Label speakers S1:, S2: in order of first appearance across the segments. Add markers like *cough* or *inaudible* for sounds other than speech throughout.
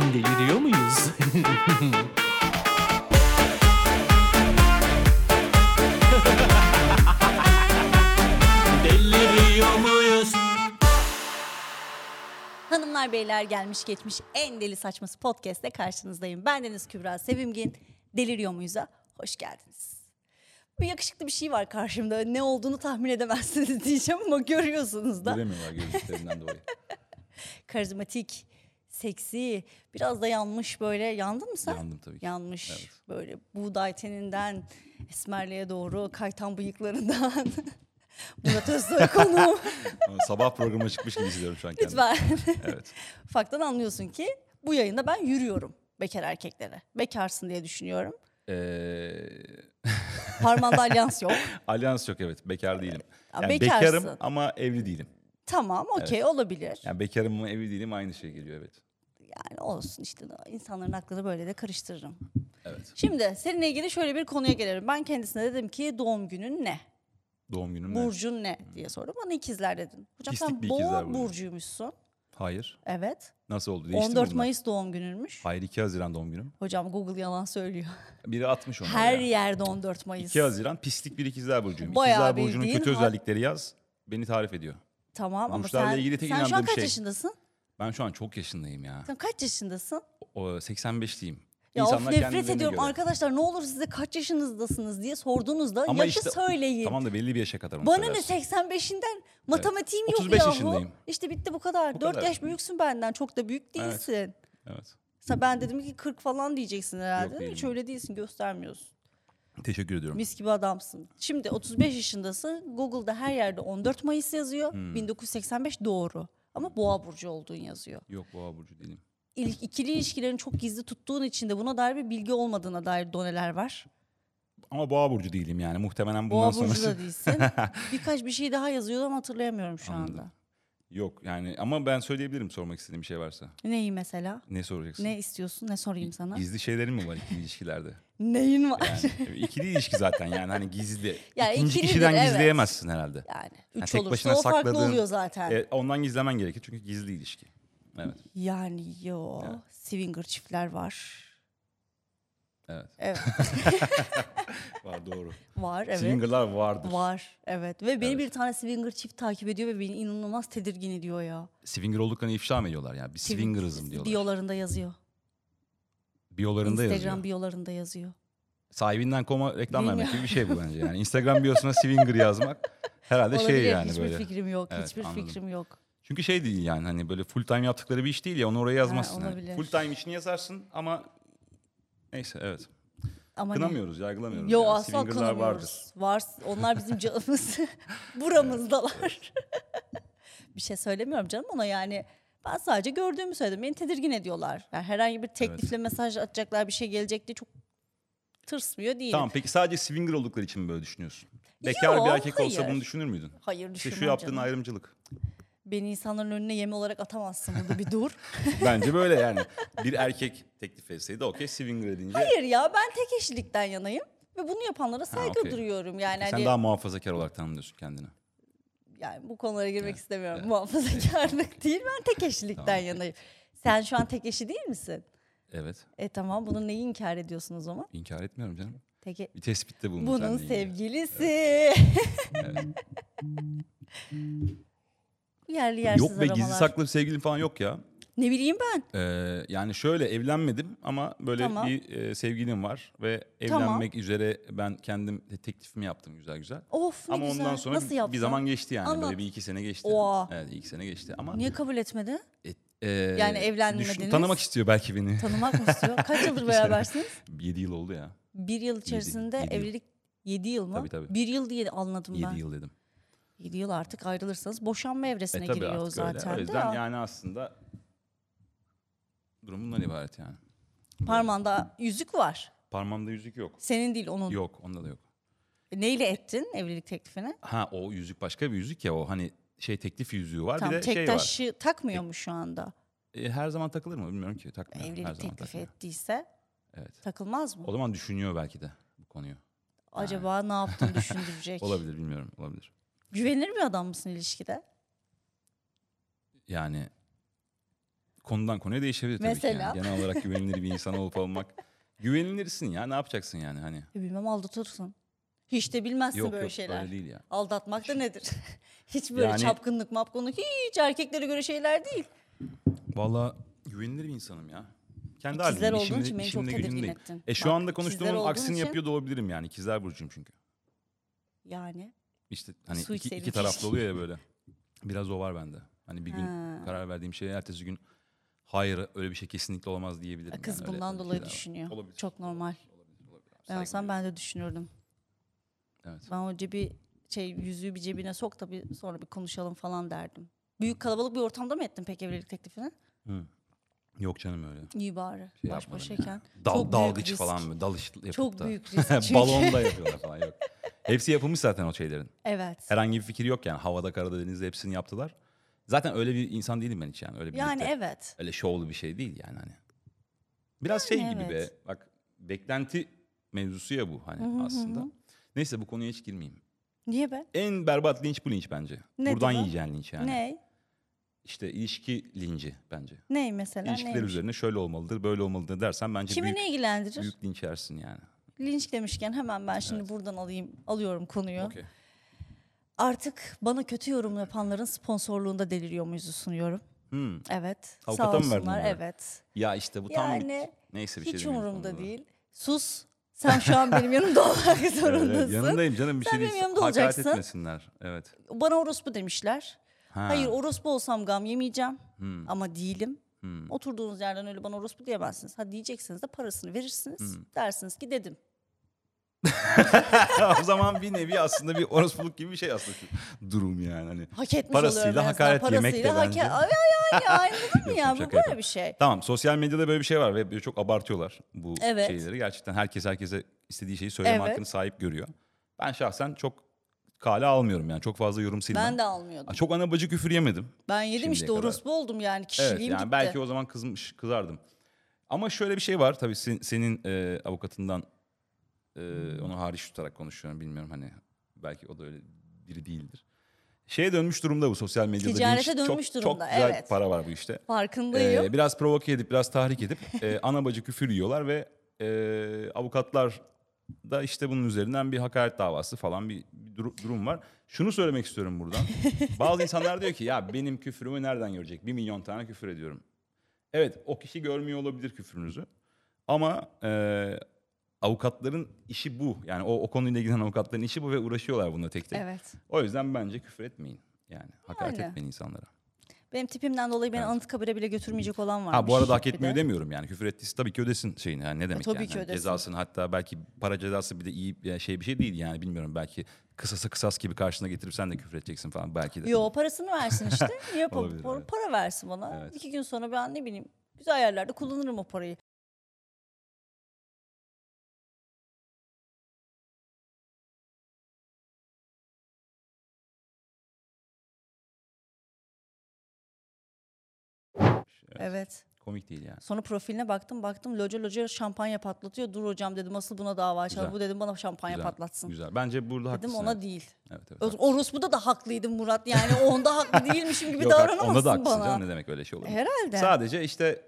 S1: Deliriyor muyuz? *laughs* Deliriyor muyuz?
S2: Hanımlar beyler gelmiş geçmiş en deli saçması podcast'te karşınızdayım. Ben Deniz Kübra Sevimgin. Deliriyor muyuz'a hoş geldiniz. Bir yakışıklı bir şey var karşımda. Ne olduğunu tahmin edemezsiniz *laughs* diyeceğim ama görüyorsunuz da.
S3: Göremiyorlar gözlüklerinden dolayı.
S2: *laughs* Karizmatik, seksi, biraz da yanmış böyle. Yandın mı sen?
S3: Yandım tabii ki.
S2: Yanmış böyle buğday teninden esmerliğe doğru kaytan bıyıklarından. *laughs* Murat Özsoy konuğum.
S3: Ama Sabah programa çıkmış gibi hissediyorum şu an kendimi.
S2: Lütfen. *laughs*
S3: Evet.
S2: Faktan anlıyorsun ki bu yayında ben yürüyorum bekar erkeklere. Bekarsın diye düşünüyorum.
S3: Ee,
S2: Parmağında alyans
S3: *laughs*
S2: yok.
S3: alyans yok evet. Bekar değilim.
S2: Aa,
S3: Yani
S2: bekarsın.
S3: bekarım ama evli değilim.
S2: Tamam okey olabilir.
S3: Yani bekarım ama evli değilim aynı şey geliyor evet.
S2: Yani olsun işte insanların aklını böyle de karıştırırım.
S3: Evet.
S2: Şimdi seninle ilgili şöyle bir konuya gelelim. Ben kendisine dedim ki doğum günün ne?
S3: Doğum günüm ne?
S2: Burcun ne? diye sordum. Bana ikizler dedin. Hocam
S3: Pislik
S2: sen
S3: bir ikizler
S2: boğa
S3: burcu.
S2: burcuymuşsun.
S3: Hayır.
S2: Evet.
S3: Nasıl oldu? Değişti mi
S2: 14
S3: bunlar?
S2: Mayıs doğum gününmüş.
S3: Hayır 2 Haziran doğum günüm.
S2: Hocam Google yalan söylüyor.
S3: Biri atmış onu.
S2: Her
S3: oraya.
S2: yerde 14 Mayıs.
S3: 2 Haziran pislik bir ikizler burcuyum.
S2: Bayağı
S3: ikizler burcunun
S2: bildiğin
S3: kötü
S2: ha-
S3: özellikleri yaz. Beni tarif ediyor.
S2: Tamam ama
S3: Burçlarla
S2: sen,
S3: ilgili tek
S2: sen şu an
S3: inandığım
S2: kaç
S3: şey.
S2: yaşındasın?
S3: Ben şu an çok yaşındayım ya.
S2: Sen kaç yaşındasın?
S3: O, 85'liyim.
S2: Ya
S3: İnsanlar
S2: of nefret
S3: kendilerine
S2: ediyorum
S3: göre.
S2: arkadaşlar ne olur size kaç yaşınızdasınız diye sorduğunuzda yaşı söyleyin.
S3: Tamam da belli bir yaşa kadar onu
S2: Bana ne
S3: söylersin.
S2: 85'inden matematiğim yok
S3: 35
S2: yahu.
S3: yaşındayım.
S2: İşte bitti bu kadar.
S3: Bu
S2: 4
S3: kadar.
S2: yaş büyüksün benden çok da büyük
S3: Evet.
S2: değilsin.
S3: Evet.
S2: Sa- Ben dedim ki 40 falan diyeceksin herhalde.
S3: Yok, değilim.
S2: Hiç öyle değilsin göstermiyorsun.
S3: Teşekkür ediyorum.
S2: Mis gibi adamsın. Şimdi 35 yaşındasın. Google'da her yerde 14 Mayıs yazıyor.
S3: Hmm.
S2: 1985 doğru. Ama boğa burcu olduğun yazıyor.
S3: Yok boğa burcu değilim.
S2: İl- ikili ilişkilerini çok gizli tuttuğun için de buna dair bir bilgi olmadığına dair doneler var.
S3: Ama boğa burcu değilim yani. Muhtemelen bundan şey-
S2: Boğa
S3: sonrası.
S2: burcu
S3: *laughs*
S2: da değilsin. Birkaç bir şey daha yazıyordu ama hatırlayamıyorum şu anda.
S3: Yok yani ama ben söyleyebilirim sormak istediğim bir şey varsa.
S2: Neyi mesela?
S3: Ne soracaksın?
S2: Ne istiyorsun? Ne sorayım sana?
S3: Gizli şeylerin mi var ikili ilişkilerde?
S2: Neyin var? *laughs* Yani,
S3: Yani ikili ilişki zaten yani hani gizli.
S2: Ya
S3: İkinci
S2: ikilidir,
S3: kişiden
S2: evet.
S3: gizleyemezsin herhalde. Yani
S2: üç
S3: tek
S2: olursa
S3: başına
S2: o farklı
S3: sakladığın-
S2: oluyor zaten.
S3: E, ondan gizlemen gerekir çünkü gizli ilişki. Evet.
S2: Yani yo. Swinger çiftler var.
S3: Evet. *laughs*
S2: Evet.
S3: Var doğru.
S2: Var *laughs* evet.
S3: Singer'lar vardır.
S2: Var evet. Ve beni bir tane swinger çift takip ediyor ve beni inanılmaz tedirgin ediyor ya.
S3: Swinger olduklarını ifşa mı ediyorlar yani? Bir swingerızm diyorlar.
S2: Biyolarında yazıyor.
S3: Biyolarında
S2: Instagram
S3: yazıyor.
S2: biyolarında yazıyor.
S3: Sahibinden koma reklam vermek
S2: Bilmiyorum.
S3: gibi bir şey bu bence. Yani Instagram biosuna swinger yazmak herhalde
S2: Olabilir
S3: şey yani
S2: hiçbir
S3: böyle.
S2: fikrim yok.
S3: Evet,
S2: hiçbir
S3: anladım.
S2: fikrim yok.
S3: Çünkü şey değil yani hani böyle full time yaptıkları bir iş değil ya onu oraya yazmazsın. hani.
S2: olabilir.
S3: full time için yazarsın ama neyse evet.
S2: Ama ne?
S3: Kınamıyoruz, yargılamıyoruz.
S2: Hani Yo
S3: yani.
S2: asla
S3: Swinger'lar vardır.
S2: kınamıyoruz. Var, onlar bizim
S3: *laughs*
S2: canımız. *laughs* Buramızdalar. *laughs* bir şey söylemiyorum canım ona yani. Ben sadece gördüğümü söyledim. Beni tedirgin ediyorlar. Yani herhangi bir teklifle mesaj atacaklar bir şey gelecek diye çok tırsmıyor değilim.
S3: Tamam peki sadece swinger oldukları için mi böyle düşünüyorsun? Bekar
S2: Yo,
S3: bir erkek olsa
S2: hayır.
S3: bunu düşünür müydün?
S2: Hayır
S3: İşte
S2: düşünmem
S3: şu yaptığın
S2: canım.
S3: ayrımcılık.
S2: Beni insanların önüne yem olarak atamazsın burada
S3: *laughs*
S2: bir dur.
S3: Bence böyle yani. Bir erkek teklif etseydi okey swinger edince.
S2: Hayır ya ben tek eşlilikten yanayım. Ve bunu yapanlara saygı
S3: okey.
S2: duyuyorum. Yani,
S3: Sen
S2: hani,
S3: daha muhafazakar olarak tanımlıyorsun kendini.
S2: yani bu konulara girmek istemiyorum.
S3: *laughs*
S2: Muhafazakarlık değil ben tek eşlilikten
S3: Tamam, okey.
S2: yanayım. Sen şu an tek eşi değil misin?
S3: Evet.
S2: E tamam bunu neyi inkar ediyorsun o zaman?
S3: İnkar etmiyorum canım.
S2: Peki
S3: Bir tespitte bulundum.
S2: bunun
S3: seninle ilgili.
S2: sevgilisi. *laughs* Yerli yersiz
S3: Yok be gizli
S2: aramalar.
S3: saklı sevgilim falan yok ya.
S2: Ne bileyim ben.
S3: Ee, yani şöyle evlenmedim ama böyle
S2: Tamam.
S3: bir e, sevgilim var ve
S2: Tamam.
S3: evlenmek üzere ben kendim te- teklifimi yaptım güzel güzel.
S2: Of ne
S3: ama
S2: güzel.
S3: ondan sonra
S2: Nasıl
S3: bir-
S2: yaptın?
S3: bir zaman geçti yani
S2: Anlat.
S3: böyle bir iki sene geçti.
S2: Oha.
S3: Evet iki sene geçti ama
S2: Niye kabul etmedi?
S3: e, e,
S2: Yani evlenmediniz?
S3: tanımak istiyor belki beni. *laughs*
S2: Tanımak mı istiyor? Kaç yıldır berabersiniz?
S3: 7 yıl oldu ya.
S2: Bir yıl içerisinde
S3: yedi yıl.
S2: evlilik 7 yıl mı?
S3: Tabii, tabii.
S2: Bir yıl diye anladım
S3: 7
S2: ben.
S3: yıl dedim.
S2: 7 yıl artık ayrılırsanız boşanma
S3: E
S2: evresine
S3: tabii
S2: giriyor
S3: artık öyle.
S2: zaten.
S3: O
S2: de
S3: yüzden
S2: ya.
S3: yani aslında durum bundan ibaret yani.
S2: Parmağında yüzük var.
S3: Parmağımda yüzük yok.
S2: Senin değil onun.
S3: Yok onda da yok.
S2: Neyle ettin evlilik teklifini?
S3: Ha o yüzük başka bir yüzük ya o hani şey teklif yüzüğü var
S2: Tam
S3: bir de
S2: tek
S3: şey var.
S2: taşı takmıyor mu şu anda?
S3: E, her zaman takılır mı bilmiyorum ki takmıyor. her
S2: Evlilik
S3: zaman
S2: teklifi
S3: takmıyor.
S2: ettiyse
S3: Evet.
S2: takılmaz mı?
S3: O zaman düşünüyor belki de bu konuyu.
S2: Acaba ne yaptın düşündürecek?
S3: *laughs* Olabilir bilmiyorum olabilir.
S2: Güvenilir bir adam mısın ilişkide?
S3: Yani konudan konuya değişebilir tabii
S2: Mesela?
S3: ki. Yani. Genel olarak güvenilir bir insan olup olmak. Güvenilirsin ya ne yapacaksın yani hani.
S2: E, Bilmem aldatırsın. Hiç de bilmezsin
S3: Yok
S2: böyle
S3: yok
S2: şeyler.
S3: öyle değil ya.
S2: Aldatmak da nedir? *laughs* hiç böyle
S3: Yani-
S2: çapkınlık mapkınlık hiç erkeklere göre şeyler değil.
S3: Vallahi güvenilir bir insanım ya. Kendi
S2: İkizler
S3: halimdeyim,
S2: olduğun
S3: işimde-
S2: için beni çok
S3: işimde
S2: tedirgin
S3: gücümdeyim.
S2: ettin.
S3: E şu
S2: Bak,
S3: anda
S2: ikizler
S3: konuştuğumun
S2: olduğun
S3: aksini
S2: için-
S3: yapıyor da olabilirim yani. İkizler burcuyum çünkü.
S2: Yani
S3: İşte hani
S2: Su
S3: iki,
S2: içseydin
S3: iki taraflı
S2: keşke.
S3: oluyor
S2: *laughs*
S3: ya böyle. Biraz o var bende. Hani bir gün
S2: Ha.
S3: karar verdiğim şeye ertesi gün hayır öyle bir şey kesinlikle olamaz diyebilirim.
S2: E, kız
S3: yani. Öyle- hani
S2: bundan
S3: öyle
S2: dolayı
S3: şeyler var.
S2: düşünüyor.
S3: Olabilir.
S2: Çok normal. Ben
S3: Saygı
S2: olsam
S3: duyuyorum.
S2: ben de düşünürdüm.
S3: Evet.
S2: Ben o cebi şey yüzüğü bir cebine sok da bir sonra bir konuşalım falan derdim. Büyük kalabalık bir ortamda mı ettin peki evlilik teklifini?
S3: Yok canım öyle.
S2: İyi bari.
S3: Şey
S2: Baş
S3: yapmadım
S2: başayken.
S3: yani. Dal,
S2: Çok büyük
S3: dalgıç
S2: risk.
S3: falan mı? Dalış yapıp
S2: Çok
S3: da.
S2: büyük risk
S3: *laughs*
S2: çünkü.
S3: Balonda yapıyorlar falan yok. Hepsi yapılmış zaten o şeylerin.
S2: *laughs* Evet.
S3: Herhangi bir fikir yok yani. Havada, karada, denizde hepsini yaptılar. Zaten öyle bir insan değilim ben hiç yani. Öyle bir
S2: Yani
S3: birlikte-
S2: evet.
S3: Öyle şovlu bir şey değil yani hani. Biraz
S2: Yani
S3: şey gibi
S2: evet.
S3: be. Bak beklenti mevzusu ya bu hani aslında. Neyse bu konuya hiç girmeyeyim.
S2: Niye be?
S3: En berbat linç bu linç bence.
S2: Nedir
S3: Buradan
S2: bu?
S3: yiyeceğin linç yani.
S2: Ney?
S3: İşte ilişki linci bence.
S2: Ney mesela?
S3: İlişkiler
S2: Neymiş?
S3: üzerine şöyle olmalıdır, böyle olmalıdır dersen bence
S2: Kimi
S3: büyük,
S2: ne ilgilendirir?
S3: büyük linç yersin yani.
S2: Linç demişken hemen ben şimdi buradan alayım alıyorum konuyu.
S3: Okey.
S2: Artık bana kötü yorum yapanların sponsorluğunda deliriyor muyuzu sunuyorum.
S3: Hmm.
S2: Evet. sağ
S3: Avukata mı verdin
S2: olsunlar.
S3: bunları?
S2: Evet.
S3: Ya işte bu tam
S2: Yani
S3: neyse bir şey
S2: Hiç
S3: demeyeyim bu
S2: umurumda
S3: konuda.
S2: değil. Sus. Sen şu an benim yanımda
S3: *laughs*
S2: olmak
S3: Evet,
S2: zorundasın.
S3: evet, yanındayım canım bir
S2: Sen
S3: şey
S2: benim
S3: değil.
S2: yanımda
S3: Hakaret
S2: olacaksın.
S3: etmesinler. Evet.
S2: Bana orospu demişler.
S3: Ha. *laughs* Hmm.
S2: Hayır orospu olsam gam yemeyeceğim ama değilim. Oturduğunuz yerden öyle bana orospu diyemezsiniz. Ha diyeceksiniz de parasını verirsiniz.
S3: Hmm.
S2: Dersiniz ki dedim.
S3: o zaman bir nevi aslında bir orospuluk gibi bir şey aslında şu durum yani. Hani
S2: Hak etmiş
S3: Parasıyla
S2: oluyorum en azından.
S3: hakaret yemek de
S2: Parasıyla
S3: bence.
S2: haka- Ay ay ay ay, anladın mı
S3: *laughs* Yok,
S2: ya?
S3: yok,
S2: Bu
S3: şaka
S2: böyle
S3: yapıyorum.
S2: bir şey.
S3: Tamam sosyal medyada böyle bir şey var ve böyle çok abartıyorlar bu
S2: Evet.
S3: şeyleri. Gerçekten herkes herkese istediği şeyi söyleme
S2: Evet.
S3: hakkını sahip görüyor. Ben şahsen çok kale almıyorum yani çok fazla yorum silmem.
S2: Ben de almıyordum.
S3: Çok ana bacı küfür yemedim.
S2: Ben yedim
S3: Şimdiye
S2: işte
S3: kadar.
S2: orospu oldum yani kişiliğim
S3: Evet yani
S2: gitti.
S3: belki o zaman kızmış kızardım. Ama şöyle bir şey var tabii sen- senin e, avukatından e,
S2: Hmm.
S3: onu hariç tutarak konuşuyorum bilmiyorum hani belki o da öyle biri değildir. Şeye dönmüş durumda bu sosyal medyada.
S2: Ticarete
S3: linç. Çok-
S2: dönmüş
S3: Çok
S2: durumda,
S3: güzel
S2: evet.
S3: para var bu işte.
S2: Farkındayım.
S3: Ee, biraz provoke edip biraz tahrik edip e, ana bacı küfür yiyorlar ve e, avukatlar da işte bunun üzerinden bir hakaret davası falan bir, bir duru- durum var. Şunu söylemek istiyorum buradan. Bazı insanlar diyor ki ya benim küfrümü nereden görecek? Bir milyon tane küfür ediyorum. Evet o kişi görmüyor olabilir küfrünüzü. Ama e, avukatların işi bu. Yani o, o konuyla ilgilenen avukatların işi bu ve uğraşıyorlar bununla tek tek.
S2: Evet.
S3: O yüzden bence küfür etmeyin. Yani hakaret
S2: Yani.
S3: etmeyin insanlara.
S2: Benim tipimden dolayı beni Anıtkabir'e bile götürmeyecek olan varmış.
S3: Ha bu arada hak
S2: Bir de.
S3: etmiyor demiyorum yani. Küfür ettiyse tabii ki ödesin şeyini. Yani ne demek
S2: tabii
S3: yani?
S2: ki
S3: Hani
S2: ödesin.
S3: Cezasını hatta belki para cezası bir de iyi yani şey bir şey değil yani bilmiyorum. Belki kısasa kısas gibi karşına getirip sen de küfür edeceksin falan belki de.
S2: Yo parasını versin işte.
S3: *laughs*
S2: Niye pa-
S3: Olabilir,
S2: para,
S3: evet.
S2: para versin bana.
S3: Evet.
S2: İki gün sonra ben ne bileyim güzel yerlerde kullanırım o parayı. Evet.
S3: Komik değil yani.
S2: Sonra profiline baktım baktım loca loca şampanya patlatıyor. Dur hocam dedim asıl buna dava açalım.
S3: Güzel.
S2: Bu dedim bana şampanya
S3: Güzel,
S2: patlatsın.
S3: Güzel. Bence burada haklısın.
S2: Dedim ona
S3: evet.
S2: değil.
S3: Evet, evet,
S2: Ö-
S3: haklısın.
S2: Orospu'da da haklıydım Murat.
S3: *laughs*
S2: Yani onda haklı değilmişim gibi
S3: Yok, hak-
S2: davranamazsın
S3: onda da haklısın
S2: bana.
S3: canım, ne demek öyle şey olur. mu?
S2: Herhalde.
S3: Sadece işte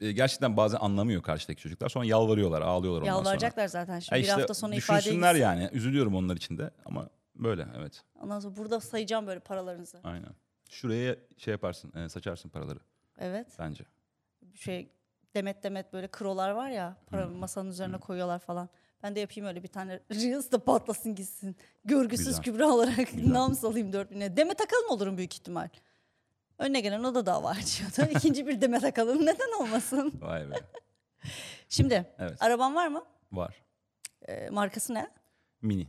S3: e, gerçekten bazen anlamıyor karşıdaki çocuklar. Sonra yalvarıyorlar, ağlıyorlar ondan sonra.
S2: Yalvaracaklar zaten şimdi
S3: Ya
S2: bir
S3: işte
S2: hafta sonra ifadeye
S3: düşünsünler
S2: gitsin.
S3: yani. Üzülüyorum onlar için de ama böyle evet.
S2: Ondan sonra burada sayacağım böyle paralarınızı.
S3: Aynen. Şuraya şey yaparsın, e, saçarsın paraları
S2: Evet.
S3: bence.
S2: Şey demet demet böyle krolar var ya para masanın üzerine koyuyorlar falan. Ben de yapayım öyle bir tane *laughs* reels da patlasın gitsin. Görgüsüz
S3: Güzel.
S2: kübra olarak *laughs* nam salayım dört bine. Demet Akalın olurum büyük ihtimal. Önüne gelen o da dava *laughs* açıyordu. İkinci bir Demet Akalın *laughs* neden olmasın?
S3: Vay be.
S2: Şimdi
S3: Evet.
S2: araban var mı?
S3: Var.
S2: Ee, markası ne?
S3: Mini.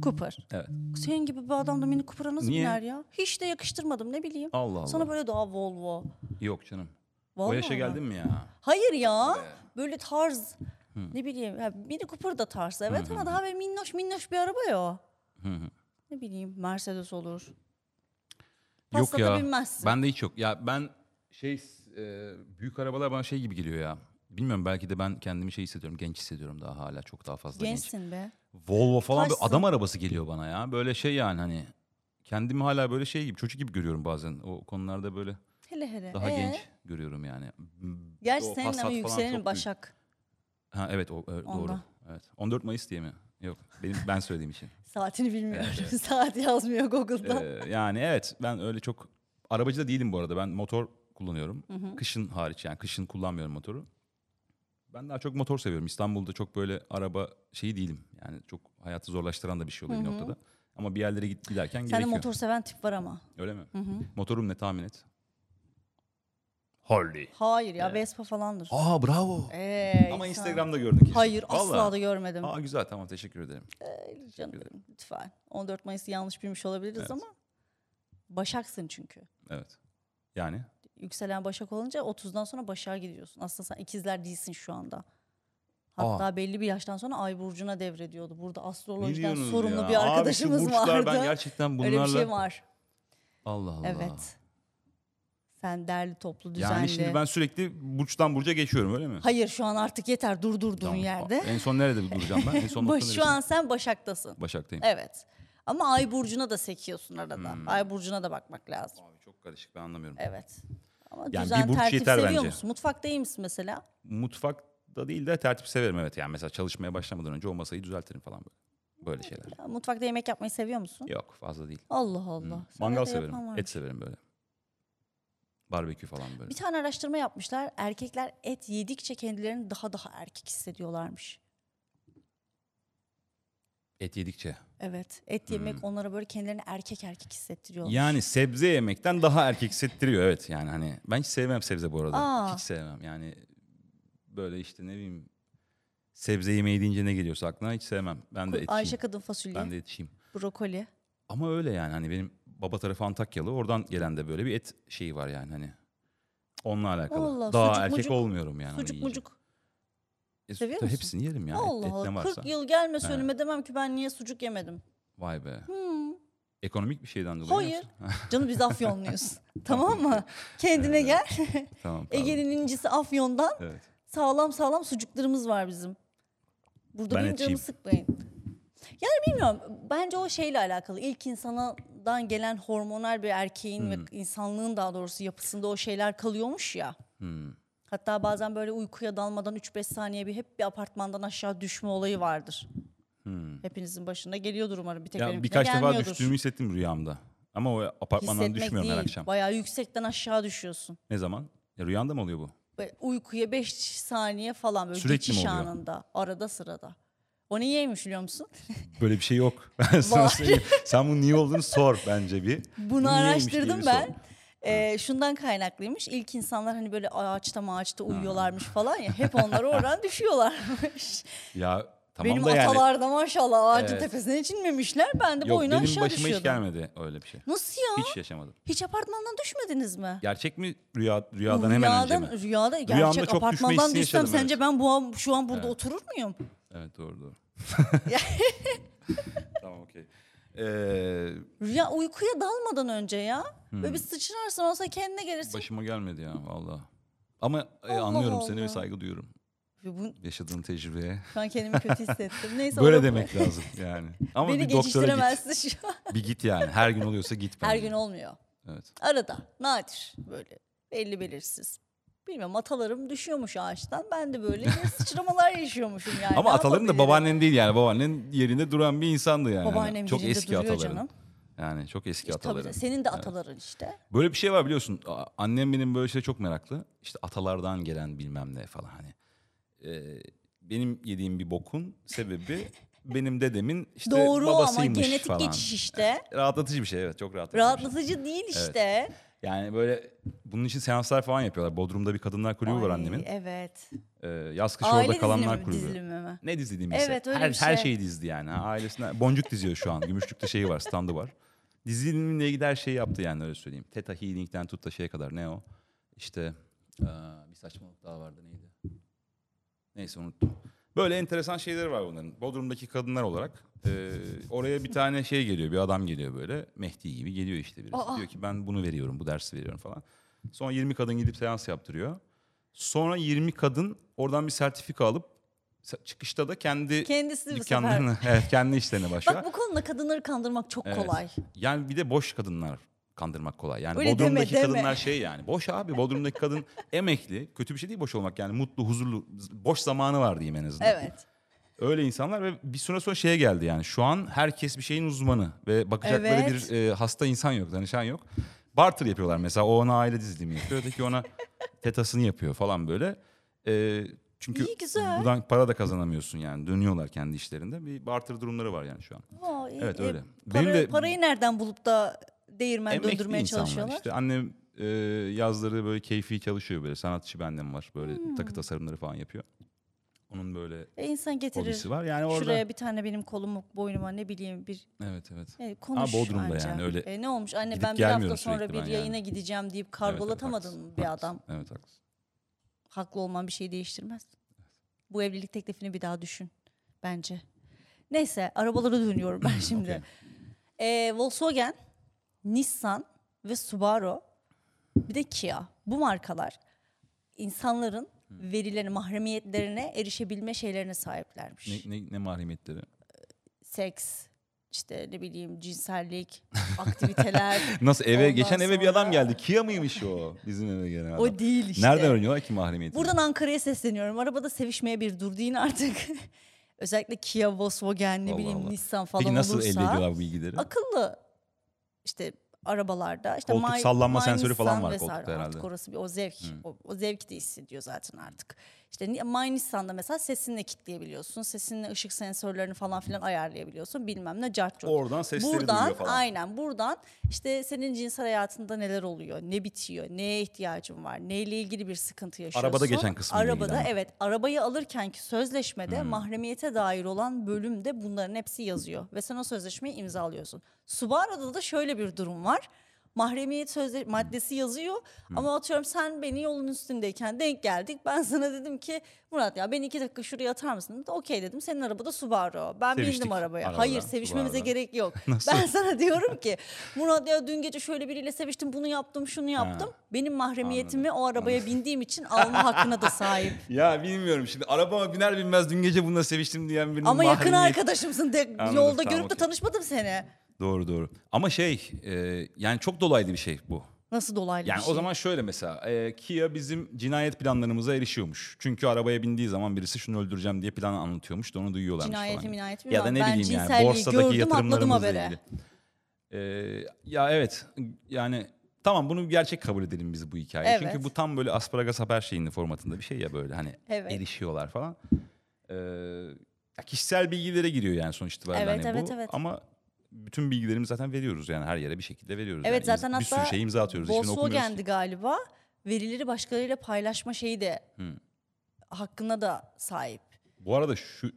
S2: Cooper.
S3: Evet.
S2: Senin gibi bir adam da Mini Cooper'a nasıl
S3: Niye?
S2: biner ya? Hiç de yakıştırmadım ne bileyim.
S3: Allah Allah.
S2: Sonra böyle daha Volvo.
S3: Yok canım. o
S2: Vallahi
S3: yaşa
S2: bak.
S3: geldin mi ya?
S2: Hayır ya. Böyle tarz. Ne bileyim. Ya Mini Cooper da tarz evet ama daha böyle minnoş minnoş bir araba ya. o. Ne bileyim Mercedes olur. Passat'a
S3: yok ya.
S2: binmezsin.
S3: Ben de hiç yok. Ya ben şey e, büyük arabalar bana şey gibi geliyor ya. Bilmiyorum belki de ben kendimi şey hissediyorum. Genç hissediyorum daha hala çok daha fazla genç.
S2: Gençsin be.
S3: Volvo falan böyle
S2: Kaçsın?
S3: adam arabası geliyor bana ya. Böyle şey yani hani kendimi hala böyle şey gibi çocuk gibi görüyorum bazen. O konularda böyle
S2: Hele Hele hele.
S3: Daha
S2: Ee?
S3: genç görüyorum yani.
S2: Gerçi
S3: O
S2: senin
S3: hasat
S2: ama
S3: falan
S2: yükselenin
S3: çok
S2: Başak.
S3: büyük. Ha evet o, e, doğru.
S2: Ondan.
S3: Evet. 14 Mayıs diye mi? Yok. Benim ben söylediğim için.
S2: Saatini bilmiyorum.
S3: Evet,
S2: *laughs* Saat yazmıyor Google'da. *laughs*
S3: Ee, yani evet ben öyle çok arabacı da değilim bu arada. Ben motor kullanıyorum. Kışın hariç yani kışın kullanmıyorum motoru. Ben daha çok motor seviyorum. İstanbul'da çok böyle araba şeyi değilim. Yani çok hayatı zorlaştıran da bir şey oluyor bir noktada. Ama bir yerlere git giderken
S2: Sende
S3: gerekiyor.
S2: motor seven tip var ama.
S3: Öyle mi? Motorum ne tahmin et? Harley.
S2: Hayır ya Vespa falandır.
S3: Aa bravo.
S2: Ee,
S3: Ah! Ama
S2: insan-
S3: Instagram'da gördün kesin.
S2: Hayır asla
S3: Vallahi.
S2: da görmedim.
S3: Aa güzel tamam teşekkür ederim.
S2: Canım benim, lütfen. 14 Mayıs'ı yanlış bilmiş olabiliriz
S3: Evet.
S2: ama Başaksın çünkü.
S3: Evet. Yani
S2: Yükselen Başak olunca 30'dan sonra Başak'a gidiyorsun. Aslında sen ikizler değilsin şu anda. Hatta belli bir yaştan sonra Ay burcuna devrediyordu. Burada
S3: ne
S2: astrolojiden
S3: diyorsunuz
S2: sorumlu
S3: ya?
S2: bir arkadaşımız
S3: Abi şu burçlar
S2: vardı.
S3: ben gerçekten bunlarla...
S2: Öyle bir şey var.
S3: Allah Allah.
S2: Evet. Sen derli toplu düzenli.
S3: Yani şimdi ben sürekli burçtan burca geçiyorum öyle mi?
S2: Hayır şu an artık yeter durdurduğun
S3: Tamam.
S2: yerde.
S3: En son nerede duracağım ben? En
S2: *laughs*
S3: son
S2: Baş-
S3: nokta
S2: şu
S3: neresi?
S2: an sen Başak'tasın.
S3: Başak'tayım.
S2: Evet. Ama Ay burcuna da sekiyorsun arada.
S3: Hmm.
S2: Ay burcuna da bakmak lazım.
S3: Abi çok karışık ben anlamıyorum.
S2: Evet. Ama
S3: Yani
S2: düzen
S3: bir burç
S2: tertip
S3: yeter
S2: seviyor
S3: bence.
S2: musun? Mutfakta iyi misin mesela?
S3: Mutfakta değil de tertip severim evet. Yani mesela çalışmaya başlamadan önce o masayı düzeltirim falan böyle. Böyle şeyler.
S2: Ya, Mutfakta yemek yapmayı seviyor musun?
S3: Yok fazla değil.
S2: Allah Allah. Sana
S3: Hmm. Mangal
S2: da yapan
S3: severim.
S2: varmış.
S3: Et severim böyle. Barbekü falan böyle.
S2: Bir tane araştırma yapmışlar. Erkekler et yedikçe kendilerini daha daha erkek hissediyorlarmış.
S3: Et yedikçe.
S2: Evet. Et yemek onlara böyle kendilerini erkek erkek hissettiriyor.
S3: Hmm. Yani sebze yemekten daha erkek hissettiriyor evet yani hani ben hiç sevmem sebze bu arada.
S2: Aa.
S3: Hiç sevmem yani böyle işte ne bileyim sebze yemeği deyince ne geliyorsa aklına hiç sevmem. Ben de etçiyim.
S2: Ayşe kadın fasulye,
S3: Ben de etçiyim.
S2: brokoli.
S3: Ama öyle yani hani benim baba tarafı Antakyalı oradan gelen de böyle bir et şeyi var yani hani. Onunla alakalı.
S2: Allah,
S3: Daha
S2: sucuk
S3: erkek
S2: mucuk.
S3: olmuyorum yani. hani
S2: Sucuk
S3: yiyince.
S2: mucuk.
S3: E,
S2: seviyor
S3: tabii
S2: musun?
S3: Hepsini yerim yani.
S2: Allah
S3: et, et ne
S2: Allah.
S3: varsa.
S2: 40 yıl gelmesi önüme demem ki ben niye sucuk yemedim.
S3: Vay be. Ekonomik bir şeyden dolayı.
S2: Hayır.
S3: yoksa? *laughs*
S2: Canım biz Afyonluyuz. tamam mı? Kendine gel.
S3: Tamam. pardon.
S2: Ege'nin incisi Afyon'dan.
S3: Evet.
S2: Sağlam sağlam sucuklarımız var bizim. Burada
S3: Ben
S2: benim canımı
S3: etçiyim.
S2: sıkmayın. Yani bilmiyorum. Bence o şeyle alakalı. İlk insandan gelen hormonal bir erkeğin
S3: Hmm.
S2: ve insanlığın daha doğrusu yapısında o şeyler kalıyormuş ya.
S3: Hmm.
S2: Hatta bazen böyle uykuya dalmadan 3-5 saniye bir hep bir apartmandan aşağı düşme olayı vardır. Hepinizin başına geliyordur umarım. Bir tek
S3: Hmm. Ya
S2: benimkine
S3: birkaç defa
S2: gelmiyordur.
S3: düştüğümü hissettim rüyamda. Ama o apartmandan
S2: Hissetmek
S3: düşmüyorum
S2: değil.
S3: her akşam.
S2: Bayağı yüksekten aşağı düşüyorsun.
S3: Ne zaman? Ya rüyanda mı oluyor bu?
S2: Ve uykuya 5 saniye falan böyle
S3: Sürekli
S2: geçiş
S3: mi oluyor?
S2: anında arada sırada. O niyeymiş biliyor
S3: *laughs*
S2: musun?
S3: Böyle bir şey yok. *laughs* Ben sana
S2: Var.
S3: söyleyeyim. Sen bunun niye olduğunu sor bence bir. Bu
S2: Bunu
S3: niyeymiş diye
S2: araştırdım
S3: bir
S2: ben.
S3: sor.
S2: Ee, şundan kaynaklıymış. İlk insanlar hani böyle ağaçta mağaçta uyuyorlarmış falan
S3: *laughs*
S2: ya. Hep onlar oradan düşüyorlarmış.
S3: Ya tamam
S2: benim
S3: da yani.
S2: atalar da maşallah ağacın
S3: Evet.
S2: tepesine çinmemişler. Ben de
S3: Yok
S2: boyuna
S3: benim
S2: aşağı
S3: başıma hiç
S2: düşüyordum.
S3: gelmedi öyle bir şey.
S2: Nasıl ya? Hiç.
S3: Hiç yaşamadım.
S2: apartmandan düşmediniz mi?
S3: Gerçek mi rüya rüyadan hemen önce mi?
S2: Rüyada gerçek
S3: Rüyamda çok düşme
S2: apartmandan
S3: hissi
S2: düşsem
S3: yaşadım,
S2: sence
S3: evet.
S2: ben bu an, şu an burada oturur muyum?
S3: Evet doğru doğru. *laughs* tamam okey. Ee,
S2: Rüya uykuya dalmadan önce ya. Böyle bir
S3: Hmm.
S2: sıçrarsan olsa kendine gelirsin.
S3: başıma gelmedi ya vallahi. Ama e,
S2: Allah
S3: anlıyorum seni
S2: Allah.
S3: ve saygı duyuyorum.
S2: Bu,
S3: Yaşadığın tecrübeye.
S2: şu an kendimi kötü
S3: *laughs*
S2: hissettim. Neyse
S3: Böyle
S2: o-
S3: demek lazım
S2: *laughs*
S3: yani. Ama
S2: Beni
S3: bir doktora git.
S2: geçiştiremezsin şu an.
S3: Bir git yani. Her gün oluyorsa git.
S2: Her
S3: bence.
S2: gün olmuyor.
S3: Evet.
S2: Arada nadir böyle belli belirsiz. Bilmiyorum atalarım düşüyormuş ağaçtan. Ben de böyle
S3: *laughs*
S2: bir sıçramalar yaşıyormuşum yani.
S3: Ama
S2: Ne
S3: ataların da
S2: yapabilirim?
S3: babaannen değil yani. Babaannen yerinde duran bir insandı yani. Hani
S2: Babaannem
S3: çok
S2: yerinde
S3: eski
S2: duruyor
S3: ataların.
S2: canım.
S3: Yani çok eski
S2: İşte tabii
S3: ataların.
S2: senin de ataların işte.
S3: Böyle bir şey var biliyorsun. A- Annem benim böyle şeye çok meraklı. İşte atalardan gelen bilmem ne falan hani. Ee, benim yediğim bir bokun
S2: *laughs*
S3: sebebi benim dedemin işte
S2: Doğru ama
S3: babasıymış
S2: genetik
S3: falan.
S2: geçiş işte.
S3: Rahatlatıcı bir şey evet çok rahatlatıcı. bir şey.
S2: Rahatlatıcı değil işte.
S3: Yani böyle bunun için seanslar falan yapıyorlar. Bodrum'da bir kadınlar kulübü var
S2: Ay,
S3: annemin.
S2: Evet.
S3: Ee, yaz kış
S2: Aile
S3: orada kalanlar
S2: dizilimi,
S3: kulübü.
S2: dizilimi mi?
S3: Ne dizi diyeyimse.
S2: Evet, öyle
S3: her,
S2: bir
S3: her
S2: şey.
S3: şeyi dizdi yani. Ha, Ailesine boncuk diziyor şu an. Gümüşlük'te şeyi var, standı var. Dizilimle ilgili her şeyi yaptı yani öyle söyleyeyim. Teta Healing'den tut da şeye kadar ne o? İşte eee, bir saçmalık daha vardı neydi? Neyse unuttum. Böyle enteresan şeyleri var bunların. Bodrum'daki kadınlar olarak eee, oraya bir tane şey geliyor, bir adam geliyor böyle. Mehdi gibi geliyor işte birisi.
S2: Aa.
S3: Diyor ki ben bunu veriyorum, bu dersi veriyorum falan. Sonra 20 kadın gidip seans yaptırıyor. Sonra 20 kadın oradan bir sertifika alıp se- çıkışta da kendi
S2: Kendisi bu sefer.
S3: *laughs* dükkanlarını, evet, kendi işlerine başlıyor.
S2: Bak bu konuda kadınları kandırmak çok
S3: Evet.
S2: kolay.
S3: Yani bir de boş kadınlar kandırmak kolay. Yani
S2: Öyle
S3: Bodrum'daki
S2: deme, deme.
S3: kadınlar şey yani. Boş abi Bodrum'daki
S2: *laughs*
S3: kadın emekli. Kötü bir şey değil boş olmak yani mutlu, huzurlu, z- boş zamanı var diyeyim en azından.
S2: Evet.
S3: Öyle insanlar ve bir süre sonra şeye geldi yani. Şu an herkes bir şeyin uzmanı ve bakacakları
S2: Evet.
S3: bir e, hasta insan yok, danışan yok. Barter yapıyorlar mesela. O ona aile dizilimi yapıyor.
S2: *laughs*
S3: Öteki ona tetasını yapıyor falan böyle. E, çünkü
S2: İyi, güzel.
S3: buradan para da kazanamıyorsun yani. Dönüyorlar kendi işlerinde. Bir barter durumları var yani şu an.
S2: Vay, iyi,
S3: Evet,
S2: iyi.
S3: öyle.
S2: Para-
S3: Benim de-
S2: e, Parayı nereden bulup da değirmen
S3: Emekli
S2: döndürmeye
S3: insanlar
S2: çalışıyorlar?
S3: işte. Annem e, yazları böyle keyfi çalışıyor böyle. Sanatçı benden var. Böyle
S2: Hmm.
S3: takı tasarımları falan yapıyor. Onun böyle
S2: E, insan getirir.
S3: hobisi var. Yani orada
S2: Şuraya bir tane benim kolumu, boynuma ne bileyim bir
S3: evet evet.
S2: e, konuş
S3: Bodrum'da
S2: anca.
S3: yani, öyle
S2: E, ne olmuş anne
S3: gidip
S2: ben bir hafta
S3: gelmiyorum
S2: sonra
S3: sürekli
S2: bir
S3: ben
S2: yayına
S3: yani.
S2: gideceğim deyip
S3: Evet, evet,
S2: kargolatamadın
S3: haklısın,
S2: mı bir
S3: haklısın.
S2: adam?
S3: Evet haklısın.
S2: Haklı olman bir şey değiştirmez. Bu evlilik teklifini bir daha düşün bence. Neyse arabalara dönüyorum
S3: *laughs*
S2: ben şimdi.
S3: Okey.
S2: Ee, Volkswagen, Nissan ve Subaru bir de Kia. Bu markalar insanların
S3: Hmm.
S2: verilerini, mahremiyetlerine erişebilme şeylerine sahiplermiş.
S3: Ne, ne, ne mahremiyetleri?
S2: Seks, işte ne bileyim
S3: *laughs*
S2: cinsellik, aktiviteler.
S3: Nasıl eve
S2: Ondan
S3: geçen eve bir
S2: sonra-
S3: adam geldi. Kia mıymış o? Bizim eve gelen adam.
S2: O değil işte.
S3: Nereden öğreniyorlar ki mahremiyeti?
S2: Buradan Ankara'ya sesleniyorum. Arabada sevişmeye bir dur deyin artık. *laughs* Özellikle Kia, Volkswagen, ne
S3: Allah
S2: bileyim
S3: Allah.
S2: Nissan falan
S3: Peki nasıl
S2: olursa.
S3: elde ediyorlar bu bilgileri?
S2: akıllı işte arabalarda işte
S3: Koltuk
S2: my-
S3: sallanma
S2: my
S3: sensörü falan
S2: Nissan
S3: var
S2: vesaire.
S3: koltukta herhalde. Hmm.
S2: Artık orası bir o zevk. O, o zevk de hissediyor zaten artık. İşte ni- My Nissan'da mesela sesinle kitleyebiliyorsun. Sesinle ışık sensörlerini falan filan ayarlayabiliyorsun. Bilmem ne cart curt.
S3: Oradan sesleri
S2: Buradan
S3: duyuyor falan.
S2: aynen buradan işte senin cinsel hayatında neler oluyor, ne bitiyor, neye ihtiyacın var, neyle ilgili bir sıkıntı yaşıyorsun.
S3: Arabada geçen Hmm. kısmıyla ilgili
S2: Arabada
S3: ama.
S2: evet arabayı alırkenki sözleşmede mahremiyete dair olan bölümde bunların hepsi yazıyor. Ve sen o sözleşmeyi imzalıyorsun. Subaru'da da şöyle bir durum var. Mahremiyet
S3: Hmm.
S2: sözle- maddesi yazıyor ama atıyorum sen beni yolun üstündeyken denk geldik. Ben sana dedim ki Murat ya beni iki dakika şuraya atar mısın? Dedi, Okey dedim senin arabada Subaru. Ben
S3: Seviştik
S2: bindim arabaya.
S3: arabada,
S2: Hayır sevişmemize
S3: Subaru'da.
S2: gerek yok.
S3: *laughs*
S2: ben sana diyorum ki Murat ya dün gece şöyle biriyle seviştim bunu yaptım şunu yaptım. Benim mahremiyetimi o arabaya bindiğim için alma hakkına da
S3: *laughs*
S2: sahip.
S3: Ya bilmiyorum şimdi arabama biner binmez dün gece bununla seviştim diyen birinin
S2: Ama yakın
S3: mahremiyeti-
S2: arkadaşımsın de
S3: Anladım,
S2: yolda
S3: tamam,
S2: görüp de
S3: okey.
S2: tanışmadım seni.
S3: Doğru doğru. Ama şey e, yani çok dolaylı bir şey bu.
S2: Nasıl dolaylı
S3: Yani
S2: bir şey.
S3: o zaman şöyle mesela e, Kia bizim cinayet planlarımıza erişiyormuş. Çünkü arabaya bindiği zaman birisi şunu öldüreceğim diye planı anlatıyormuş da onu duyuyorlarmış
S2: Cinayeti
S3: falan.
S2: minayeti
S3: ya da
S2: bilmem.
S3: ne
S2: Ben
S3: bileyim yani
S2: cinselliği
S3: borsadaki
S2: gördüm, atladım
S3: yatırımlarımızla
S2: habere.
S3: ilgili. E, ya evet yani tamam bunu gerçek kabul edelim biz bu hikayeyi.
S2: Evet.
S3: Çünkü bu tam böyle asparagas haber şeyinin formatında bir şey ya böyle hani
S2: Evet.
S3: erişiyorlar falan. E, ya kişisel bilgilere giriyor yani sonuç itibariyle
S2: Evet,
S3: hani
S2: evet,
S3: bu.
S2: evet.
S3: Ama bütün bilgilerimi zaten veriyoruz yani her yere bir şekilde veriyoruz.
S2: Evet
S3: yani.
S2: zaten
S3: bir
S2: hatta
S3: sürü şey imza atıyoruz. hiçbirini okumuyoruz ki.
S2: Volkswagen'di galiba. Verileri başkalarıyla paylaşma şeyi de hakkına da sahip.
S3: Bu arada şu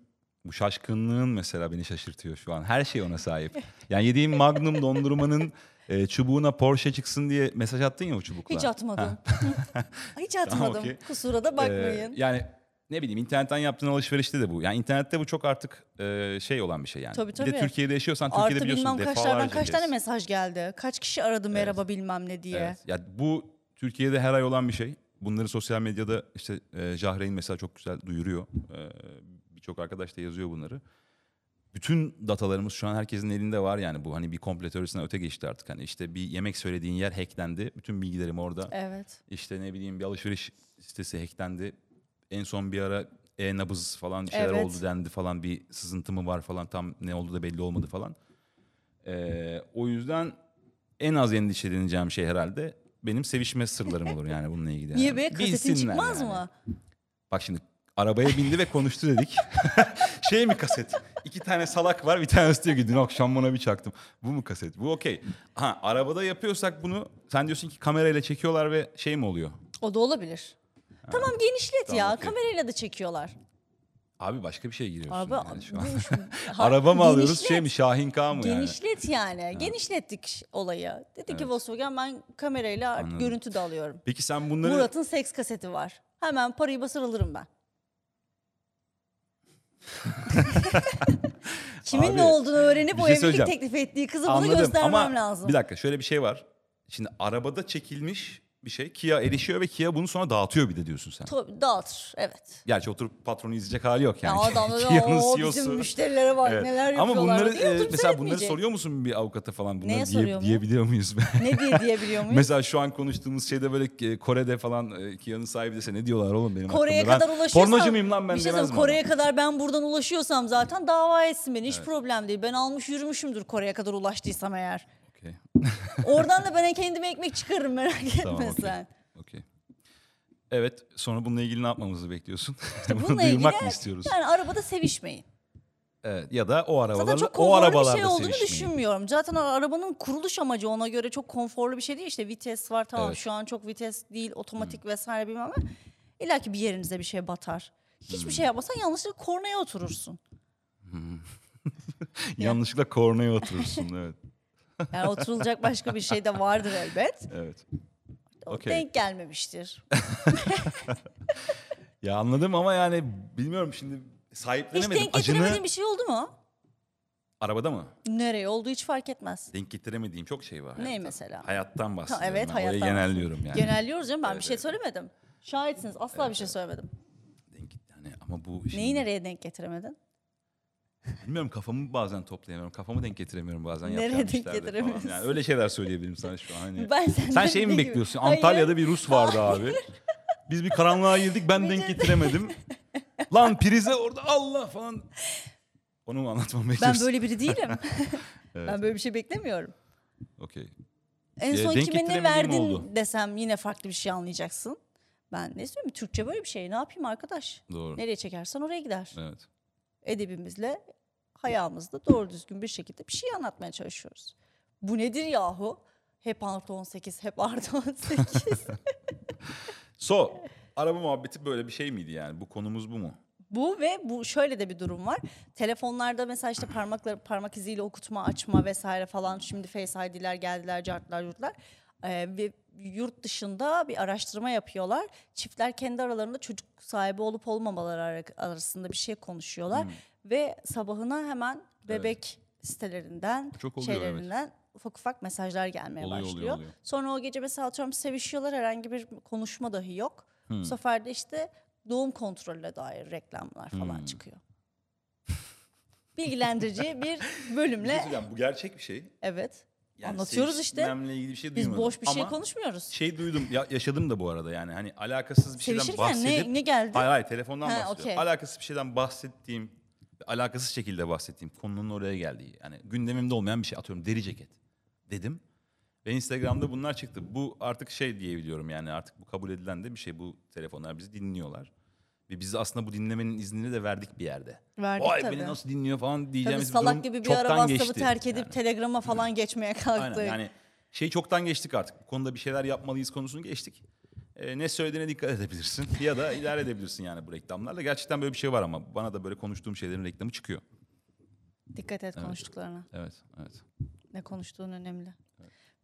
S3: bu şaşkınlığın mesela beni şaşırtıyor şu an. Her şey ona sahip. Yani yediğim Magnum dondurmanın e, çubuğuna Porsche çıksın diye mesaj attın ya o çubukla.
S2: Hiç atmadım. *laughs*
S3: *laughs*
S2: Hiç atmadım.
S3: okey.
S2: Kusura da bakmayın.
S3: Ee, yani ne bileyim internetten yaptığın alışverişte de bu. Yani internette bu çok artık e, şey olan bir şey yani.
S2: Tabii,
S3: Bir
S2: tabii.
S3: de Türkiye'de yaşıyorsan Türkiye'de
S2: Artı
S3: biliyorsun
S2: bilmem
S3: defalarca
S2: kaçlardan kaç tane
S3: kez.
S2: mesaj geldi. Kaç kişi aradı merhaba bilmem ne diye.
S3: Evet. Ya bu Türkiye'de her ay olan bir şey. Bunları sosyal medyada işte e, Jahreyn mesela çok güzel duyuruyor. E, Birçok arkadaş da yazıyor bunları. Bütün datalarımız şu an herkesin elinde var yani bu hani bir komplo teorisinden öte geçti artık. Hani işte bir yemek söylediğin yer hacklendi. Bütün bilgilerim orada.
S2: Evet.
S3: İşte ne bileyim bir alışveriş sitesi hacklendi. En son bir ara e-nabız falan şeyler
S2: Evet.
S3: oldu dendi falan bir sızıntı mı var falan tam ne oldu da belli olmadı falan. Ee, o yüzden en az endişeleneceğim şey herhalde benim sevişme sırlarım olur yani bununla
S2: *laughs*
S3: ilgili.
S2: Niye
S3: yani.
S2: be? Kasetin
S3: Bilsinler
S2: çıkmaz
S3: yani.
S2: mı?
S3: Bak şimdi arabaya bindi ve konuştu dedik. *laughs* şey mi kaset? İki tane salak var bir tanesi diyor ki dün akşam bana bir çaktım. Bu mu kaset? Bu okey. Ha arabada yapıyorsak bunu sen diyorsun ki kamerayla çekiyorlar ve şey mi oluyor?
S2: O da olabilir. Tamam genişlet
S3: Tamam,
S2: ya.
S3: okey.
S2: Kamerayla da çekiyorlar.
S3: Abi başka bir şey giriyorsun
S2: Abi
S3: yani şu an.
S2: bu- *laughs* ha,
S3: *laughs* Araba mı alıyoruz
S2: genişlet.
S3: şey mi Şahin K mı yani?
S2: Genişlet yani. Genişlettik olayı. Dedi ki Volkswagen ben kamerayla görüntü de alıyorum.
S3: Peki sen bunları
S2: Murat'ın seks kaseti var. Hemen parayı basar alırım
S3: *laughs*
S2: ben. Kimin
S3: Abi,
S2: ne olduğunu öğrenip
S3: bir
S2: o
S3: şey
S2: evlilik
S3: söyleyeceğim.
S2: teklif ettiği kızı bunu
S3: anladım
S2: göstermem
S3: ama
S2: lazım.
S3: bir dakika şöyle bir şey var. Şimdi arabada çekilmiş bir şey. Kia erişiyor ve Kia bunu sonra dağıtıyor bir de diyorsun sen.
S2: Tabii dağıtır evet.
S3: Gerçi oturup patronu izleyecek hali yok
S2: Ya
S3: yani. *laughs*
S2: adamlar
S3: Kia'nın
S2: "Oo,
S3: CEO'su."
S2: bizim müşterilere bak
S3: Evet.
S2: neler
S3: Ama
S2: yapıyorlar.
S3: bunları
S2: diye
S3: e,
S2: oturup
S3: mesela bunları
S2: seyretmeyecek.
S3: soruyor musun bir avukata falan? Bunları
S2: Neye
S3: diye-
S2: soruyor mu?
S3: Diyebiliyor muyuz?
S2: *laughs* Ne diye diyebiliyor muyum?
S3: Mesela şu an konuştuğumuz şeyde böyle e, Kore'de falan e, Kia'nın sahibi dese ne diyorlar oğlum benim
S2: Kore'ye
S3: hakkımda? Ben
S2: kadar ulaşıyorsam
S3: Pornocu muyum lan ben
S2: bir şey
S3: demez
S2: söyleyeyim,
S3: mi
S2: Kore'ye kadar ben buradan ulaşıyorsam zaten dava etsin beni hiç problem değil. Ben almış yürümüşümdür Kore'ye kadar ulaştıysam eğer.
S3: adam? Okey.
S2: Oradan da ben kendime ekmek çıkarırım merak etme
S3: Tamam, okey.
S2: sen.
S3: Okey. Evet, sonra bununla ilgili ne yapmamızı bekliyorsun? *laughs* Bunu
S2: Bununla
S3: duyurmak
S2: ilgili-
S3: mı istiyoruz?
S2: Yani arabada sevişmeyin.
S3: Evet, ya da o
S2: Zaten
S3: arabalarla
S2: çok
S3: o
S2: konforlu bir
S3: arabalarda
S2: şey olduğunu
S3: sevişmeyin.
S2: düşünmüyorum. Zaten o arabanın kuruluş amacı ona göre çok konforlu bir şey değil. İşte vites var tamam
S3: Evet.
S2: şu an çok vites değil otomatik vesaire bilmem ama illa ki bir yerinize bir şey batar. Hiçbir
S3: Hmm.
S2: şey yapmasan yanlışlıkla kornaya oturursun.
S3: Yanlışlıkla kornaya oturursun. evet.
S2: Yani
S3: *laughs*
S2: oturulacak başka bir şey de vardır elbet.
S3: Evet.
S2: O
S3: Okey.
S2: Denk gelmemiştir.
S3: Ya anladım ama yani bilmiyorum şimdi
S2: Hiç
S3: sahiplenemedim.
S2: denk
S3: Acını
S2: getiremediğin bir şey oldu mu?
S3: arabada mı?
S2: Nereye oldu hiç fark etmez.
S3: Denk getiremediğim çok şey var.
S2: Ne
S3: hayatta.
S2: mesela?
S3: Hayattan bahsediyorum.
S2: evet,
S3: ben.
S2: hayattan
S3: Oraya genelliyorum yani.
S2: Genelliyoruz canım ben
S3: Evet,
S2: bir şey
S3: evet.
S2: söylemedim. Şahitsiniz asla bir şey söylemedim.
S3: Denk git- yani ama bu şimdi,
S2: Neyi nereye denk getiremedin?
S3: Bilmiyorum kafamı bazen toplayamıyorum. Kafamı denk getiremiyorum bazen.
S2: Nereye
S3: yapacağım
S2: denk
S3: işlerde falan.
S2: getiremiyorsun?
S3: Yani öyle şeyler söyleyebilirim sana şu an. Hani.
S2: *laughs* Ben senden
S3: Sen şey mi
S2: ne gibi-
S3: bekliyorsun?
S2: Hayır.
S3: Antalya'da bir Rus vardı abi. Biz bir karanlığa girdik ben denk getiremedim. Lan prize orada Allah falan. Onu mu anlatmamı
S2: Ben
S3: bekliyorsun?
S2: böyle biri
S3: *laughs*
S2: değilim. Ben böyle bir şey beklemiyorum.
S3: Okey.
S2: En
S3: Ya,
S2: son
S3: Ee, denk
S2: kime ne
S3: getiremediğim
S2: verdin
S3: oldu.
S2: desem yine farklı bir şey anlayacaksın. Ben ne söyleyeyim Türkçe böyle bir şey. Ne yapayım arkadaş?
S3: Doğru.
S2: Nereye çekersen oraya gider.
S3: Evet.
S2: edebimizle hayamızda doğru düzgün bir şekilde bir şey anlatmaya çalışıyoruz. Bu nedir yahu? Hep artı 18, hep artı
S3: *laughs*
S2: 18.
S3: So, araba muhabbeti böyle bir şey miydi yani? Bu konumuz bu mu?
S2: bu ve bu şöyle de bir durum var. Telefonlarda mesela işte parmakla, parmak iziyle okutma, açma vesaire falan. Şimdi Face ID'ler geldiler, cartlar, yurtlar. Ee, ve yurt dışında bir araştırma yapıyorlar. Çiftler kendi aralarında çocuk sahibi olup olmamaları ara- arasında bir şey konuşuyorlar.
S3: Hmm.
S2: Ve sabahına hemen bebek sitelerinden,
S3: Çok oluyor, evet.
S2: şeylerinden ufak ufak mesajlar gelmeye
S3: Oluyor, oluyor,
S2: başlıyor.
S3: oluyor.
S2: Sonra o gece mesela atıyorum sevişiyorlar herhangi bir konuşma dahi yok.
S3: Hmm.
S2: Bu sefer de işte doğum kontrolüne dair reklamlar
S3: Hmm.
S2: falan çıkıyor.
S3: *laughs*
S2: Bilgilendirici bir
S3: Bir şey
S2: bölümle
S3: söyleyeceğim, bu gerçek bir şey.
S2: evet
S3: Yani
S2: anlatıyoruz işte.
S3: sevişmemle ilgili bir şey
S2: Biz
S3: duymadım.
S2: boş bir şey
S3: Ama
S2: konuşmuyoruz.
S3: Şey duydum, ya, yaşadım da bu arada yani. Hani alakasız bir şeyden
S2: Sevişirken
S3: bahsedip...
S2: ne, ne geldi?
S3: Hayır hayır telefondan
S2: Ha,
S3: bahsediyorum.
S2: okey.
S3: Alakasız bir şeyden bahsettiğim, alakasız şekilde bahsettiğim konunun oraya geldiği. Yani gündemimde olmayan bir şey atıyorum deri ceket dedim. Ve Instagram'da bunlar çıktı. Bu artık şey diyebiliyorum yani artık bu kabul edilen de bir şey. Bu telefonlar bizi dinliyorlar. Ve biz aslında bu dinlemenin iznini de verdik bir yerde.
S2: Verdik
S3: Vay
S2: tabii.
S3: beni nasıl dinliyor falan diyeceğimiz
S2: Tabii
S3: bir
S2: salak
S3: durum
S2: gibi bir
S3: çoktan
S2: ara WhatsApp'ı
S3: geçti.
S2: terk edip
S3: Yani.
S2: Telegram'a falan geçmeye kalktık.
S3: Aynen yani şey çoktan geçtik artık. Bu konuda bir şeyler yapmalıyız konusunu geçtik. Ee, ne söylediğine dikkat edebilirsin *laughs* ya da idare edebilirsin yani bu reklamlarla. Gerçekten böyle bir şey var ama bana da böyle konuştuğum şeylerin reklamı çıkıyor.
S2: Dikkat et konuştuklarına.
S3: Evet, evet.
S2: Ne konuştuğun önemli.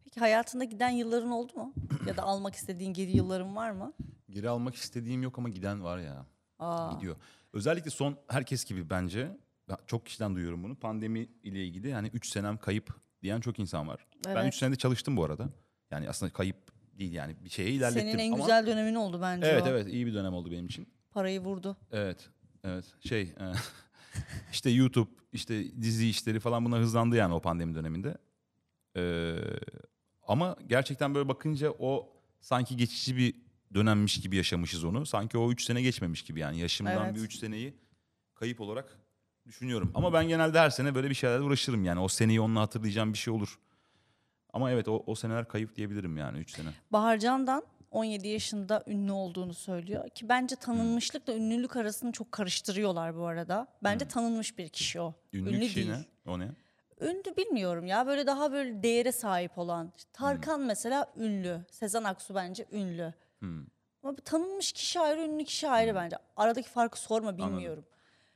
S2: Peki hayatında giden yılların oldu mu? ya da almak istediğin geri yılların var mı?
S3: Geri almak istediğim yok ama giden var ya.
S2: Aa.
S3: Gidiyor. Özellikle son herkes gibi bence ben çok kişiden duyuyorum bunu. Pandemi ile ilgili yani 3 senem kayıp diyen çok insan var. Ben
S2: Evet.
S3: 3 senede çalıştım bu arada. Yani aslında kayıp değil yani bir şeye ilerlettim
S2: Senin en
S3: ama
S2: güzel dönemin oldu bence
S3: Evet
S2: o.
S3: evet iyi bir dönem oldu benim için.
S2: Parayı vurdu.
S3: Evet, evet. Şey, e, *laughs* işte YouTube, işte dizi işleri falan buna hızlandı yani o pandemi döneminde. Ee, ama gerçekten böyle bakınca o sanki geçici bir dönemmiş gibi yaşamışız onu. Sanki o 3 sene geçmemiş gibi yani yaşımdan
S2: Evet.
S3: bir 3 seneyi kayıp olarak düşünüyorum. Ama ben genelde her sene böyle bir şeylerle uğraşırım yani. O seneyi onunla hatırlayacağım bir şey olur. Ama evet o, o seneler kayıp diyebilirim yani 3 sene.
S2: Baharcan'dan 17 yaşında ünlü olduğunu söylüyor ki bence tanınmışlıkla
S3: Hmm.
S2: ünlülük arasını çok karıştırıyorlar bu arada. Bence tanınmış bir kişi o.
S3: Ünlü, kişi ne? O ne?
S2: Ünlü bilmiyorum ya böyle daha böyle değere sahip olan.
S3: Hmm.
S2: İşte Tarkan mesela ünlü. Sezen Aksu bence ünlü.
S3: Hmm.
S2: Ama bir tanınmış kişi ayrı, ünlü kişi ayrı bence. Aradaki farkı sorma bilmiyorum.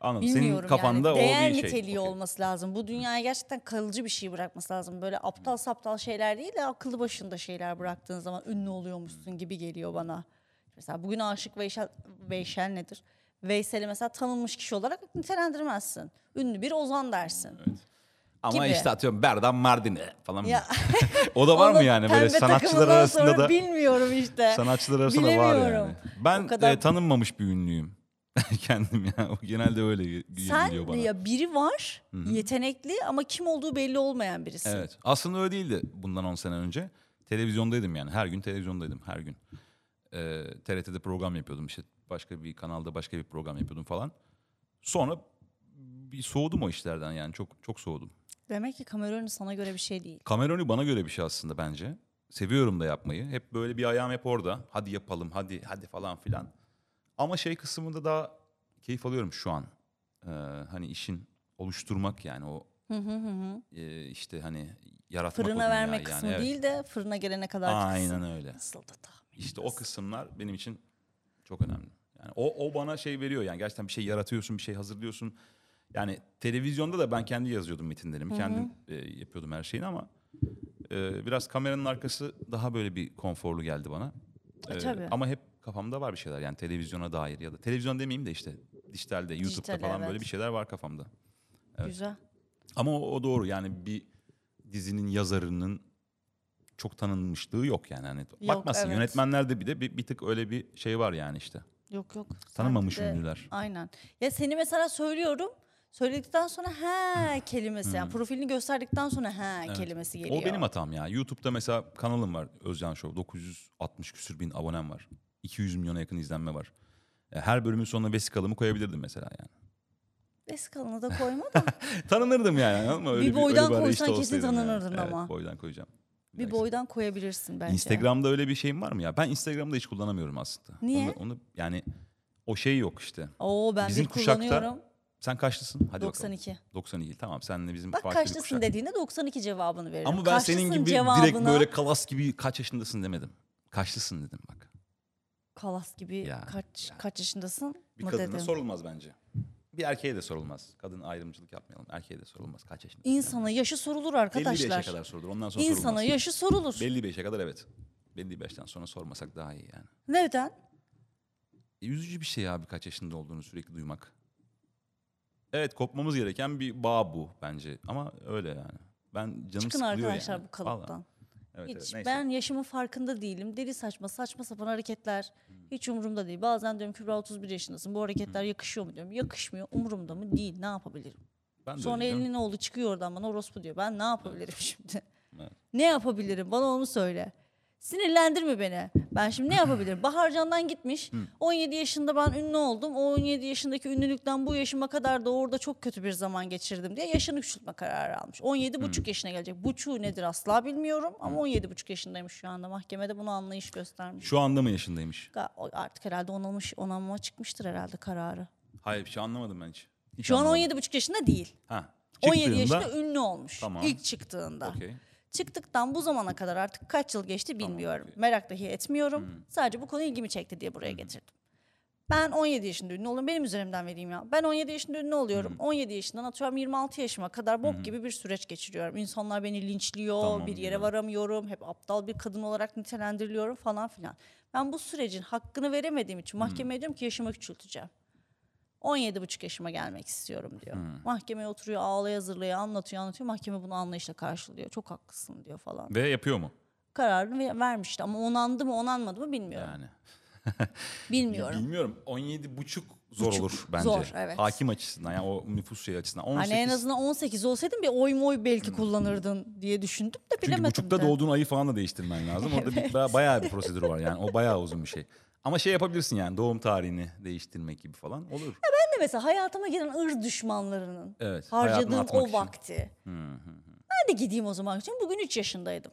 S3: Anladım.
S2: Bilmiyorum
S3: Senin kafanda
S2: yani.
S3: o bir şey.
S2: Değer niteliği
S3: Okey.
S2: olması lazım. Bu dünyaya gerçekten kalıcı bir şey bırakması lazım. Böyle aptal saptal şeyler değil de akıllı başında şeyler bıraktığın zaman ünlü oluyormuşsun gibi geliyor bana. Mesela bugün Aşık Veysel, Veysel nedir? Veysel'i mesela tanınmış kişi olarak nitelendirmezsin. Ünlü bir Ozan dersin.
S3: Ama
S2: Gibi.
S3: işte atıyorum Berdan Mardin'e falan.
S2: Ya.
S3: *laughs* o da var mı
S2: Onun
S3: yani böyle
S2: pembe
S3: sanatçılar
S2: takımından
S3: arasında
S2: sonra
S3: da
S2: Bilmiyorum
S3: *laughs*
S2: işte.
S3: sanatçılar arasında da var yani.
S2: Bilemiyorum.
S3: Ben
S2: O kadar-
S3: e, tanınmamış bir ünlüyüm. *laughs* Kendim ya. O genelde öyle ge- geliyor
S2: Sen
S3: bana.
S2: ya biri var yetenekli ama kim olduğu belli olmayan birisi.
S3: Evet. Aslında öyle değildi bundan 10 sene önce. Televizyondaydım yani. Her gün televizyondaydım. Her gün. Ee, TRT'de program yapıyordum. işte başka bir kanalda başka bir program yapıyordum falan. Sonra bir soğudum o işlerden yani. Çok çok soğudum.
S2: Demek ki Kamerun sana göre bir şey değil.
S3: Kameroni bana göre bir şey aslında bence. Seviyorum da yapmayı. Hep böyle bir ayağım hep orada. Hadi yapalım, hadi hadi falan filan. Ama şey kısmında daha keyif alıyorum şu an. Ee, hani işin oluşturmak yani o e, işte hani yaratmak o
S2: Fırına
S3: dünyayı
S2: verme
S3: yani.
S2: kısmı
S3: Evet.
S2: değil de fırına gelene kadar
S3: Aynen öyle.
S2: Nasıl da tahmin.
S3: İşte o kısımlar benim için çok önemli. Yani o, o bana şey veriyor yani gerçekten bir şey yaratıyorsun, bir şey hazırlıyorsun. Yani televizyonda da ben kendi yazıyordum metinlerimi, kendim e, yapıyordum her şeyini ama e, biraz kameranın arkası daha böyle bir konforlu geldi bana.
S2: E,
S3: E,
S2: tabii.
S3: Ama hep kafamda var bir şeyler yani televizyona dair ya da televizyon demeyeyim de işte dijitalde, YouTube'da
S2: Dijital,
S3: falan
S2: evet.
S3: böyle bir şeyler var kafamda.
S2: Güzel.
S3: Ama o, o doğru yani bir dizinin yazarının çok tanınmışlığı yok yani. Hani bakmasın
S2: evet.
S3: yönetmenlerde bir de bir, bir tık öyle bir şey var yani işte.
S2: Yok yok.
S3: Tanımamış
S2: Sanki de-
S3: ünlüler.
S2: Aynen. Ya seni mesela söylüyorum. Söyledikten sonra he kelimesi yani profilini gösterdikten sonra he kelimesi geliyor.
S3: Hmm. O benim hatam ya. YouTube'da mesela kanalım var Özcan Show. 960 küsür bin abonem var. 200 milyona yakın izlenme var. Ya Her bölümün sonuna vesikalımı koyabilirdim mesela yani. *laughs*
S2: Vesikalını da koyma da
S3: Tanınırdım yani ama öyle
S2: Bir
S3: bir, öyle
S2: boydan
S3: arayışta
S2: koysan kesin
S3: olsaydım yani.
S2: tanınırdın
S3: Evet,
S2: ama.
S3: boydan koyacağım.
S2: bir
S3: dahaki
S2: boydan koyabilirsin bence.
S3: Instagram'da öyle bir şeyim var mı ya? Ben Instagram'da hiç kullanamıyorum aslında.
S2: Niye?
S3: Onu, onu yani o şey yok işte.
S2: Oo ben
S3: Bizim
S2: bir
S3: kuşakta-
S2: kullanıyorum.
S3: Sen kaçlısın? Hadi
S2: 92.
S3: bakalım. 92. Tamam senle bizim
S2: Bak
S3: farklı bir
S2: kaçlısın
S3: kuşak.
S2: dediğinde 92 cevabını veririm.
S3: Ama ben senin
S2: Kaçlısın
S3: gibi direkt
S2: cevabına-
S3: böyle kalas gibi kaç yaşındasın demedim. Kaçlısın dedim bak.
S2: kalas gibi
S3: Ya,
S2: kaç kaç yaşındasın
S3: Bir
S2: mı
S3: kadına
S2: dedim.
S3: sorulmaz bence. Bir erkeğe de sorulmaz. Kadın ayrımcılık yapmayalım. Erkeğe de sorulmaz. Kaç yaşındasın?
S2: İnsana yaşı sorulur
S3: Belli bir yaşa
S2: arkadaşlar.
S3: kadar sorulur. Ondan sonra
S2: İnsana
S3: sorulmaz.
S2: yaşı sorulur.
S3: Belli bir yaşa kadar evet. Belli bir yaştan sonra sormasak daha iyi yani.
S2: Neden?
S3: E, üzücü bir şey abi kaç yaşında olduğunu sürekli duymak. Evet kopmamız gereken bir bağ bu bence. Ama öyle yani. Ben canım
S2: Çıkın
S3: sıkılıyor
S2: arkadaşlar
S3: yani.
S2: bu kalıptan.
S3: Vallahi. Evet, evet,
S2: Hiç
S3: neyse.
S2: ben yaşımın farkında değilim. Deli saçma saçma sapan hareketler
S3: Hmm.
S2: hiç umurumda değil. Bazen diyorum Kübra 31 yaşındasın. Bu hareketler yakışıyor mu diyorum. Yakışmıyor. Umurumda mı? Değil. Ne yapabilirim?
S3: Ben de
S2: Sonra
S3: öyle canım.
S2: elinin oğlu çıkıyor oradan bana orospu diyor. Ben ne yapabilirim *laughs* şimdi?
S3: Evet.
S2: Ne yapabilirim? Bana onu söyle. Sinirlendirme beni. Ben şimdi ne yapabilirim? Baharcan'dan gitmiş. 17 yaşında ben ünlü oldum. O 17 yaşındaki ünlülükten bu yaşıma kadar da orada çok kötü bir zaman geçirdim diye yaşını küçültme kararı almış. 17 buçuk yaşına gelecek. Buçuğu nedir asla bilmiyorum ama 17 buçuk yaşındaymış şu anda. Mahkemede bunu anlayış göstermiş.
S3: Şu anda mı yaşındaymış?
S2: Ga- o- Artık herhalde onanmış, onanma çıkmıştır herhalde kararı.
S3: Hayır bir şey anlamadım ben hiç. Hiç
S2: Şu an
S3: anlamadım.
S2: 17 buçuk yaşında değil.
S3: Ha.
S2: 17
S3: çıktığında-
S2: yaşında ünlü olmuş.
S3: Tamam.
S2: İlk çıktığında.
S3: Okey.
S2: Çıktıktan bu zamana kadar artık kaç yıl geçti bilmiyorum. Hmm. Merak dahi etmiyorum. Sadece bu konu ilgimi çekti diye buraya getirdim. Ben 17 yaşında ünlü oluyorum. Benim üzerimden vereyim ya. Ben 17 yaşında ünlü oluyorum. 17 yaşından atıyorum 26 yaşıma kadar bok gibi bir süreç geçiriyorum. İnsanlar beni linçliyor,
S3: Tamam,
S2: bir yere
S3: güzel.
S2: varamıyorum, hep aptal bir kadın olarak nitelendiriliyorum falan filan. Ben bu sürecin hakkını veremediğim için mahkemeye diyorum ki yaşımı küçülteceğim. 17 buçuk yaşıma gelmek istiyorum diyor.
S3: Hmm.
S2: Mahkemeye oturuyor ağlaya zırlaya anlatıyor anlatıyor. Mahkeme bunu anlayışla karşılıyor. Çok haklısın diyor falan.
S3: Ve yapıyor mu?
S2: Kararını ve- vermişti ama onandı mı onanmadı mı bilmiyorum.
S3: Yani.
S2: Bilmiyorum.
S3: Bilmiyorum. 17 buçuk zor
S2: Buçuk.
S3: olur bence.
S2: Zor, evet.
S3: Hakim açısından yani o nüfus şey açısından. 18.
S2: Hani en azından 18 olsaydın bir oy moy belki kullanırdın diye düşündüm de bilemedim
S3: Hmm. Çünkü buçukta
S2: de.
S3: doğduğun ayı falan da değiştirmen lazım.
S2: *laughs*
S3: Orada bir, ba- bayağı bir prosedür var yani. O bayağı uzun bir şey. Ama şey yapabilirsin yani doğum tarihini değiştirmek gibi falan olur.
S2: Ben de mesela hayatıma giren ırz düşmanlarının
S3: Evet, hayatını
S2: harcadığım
S3: atmak
S2: o
S3: için. Hmm,
S2: vakti. Ben de gideyim o zaman. Çünkü bugün 3 yaşındaydım.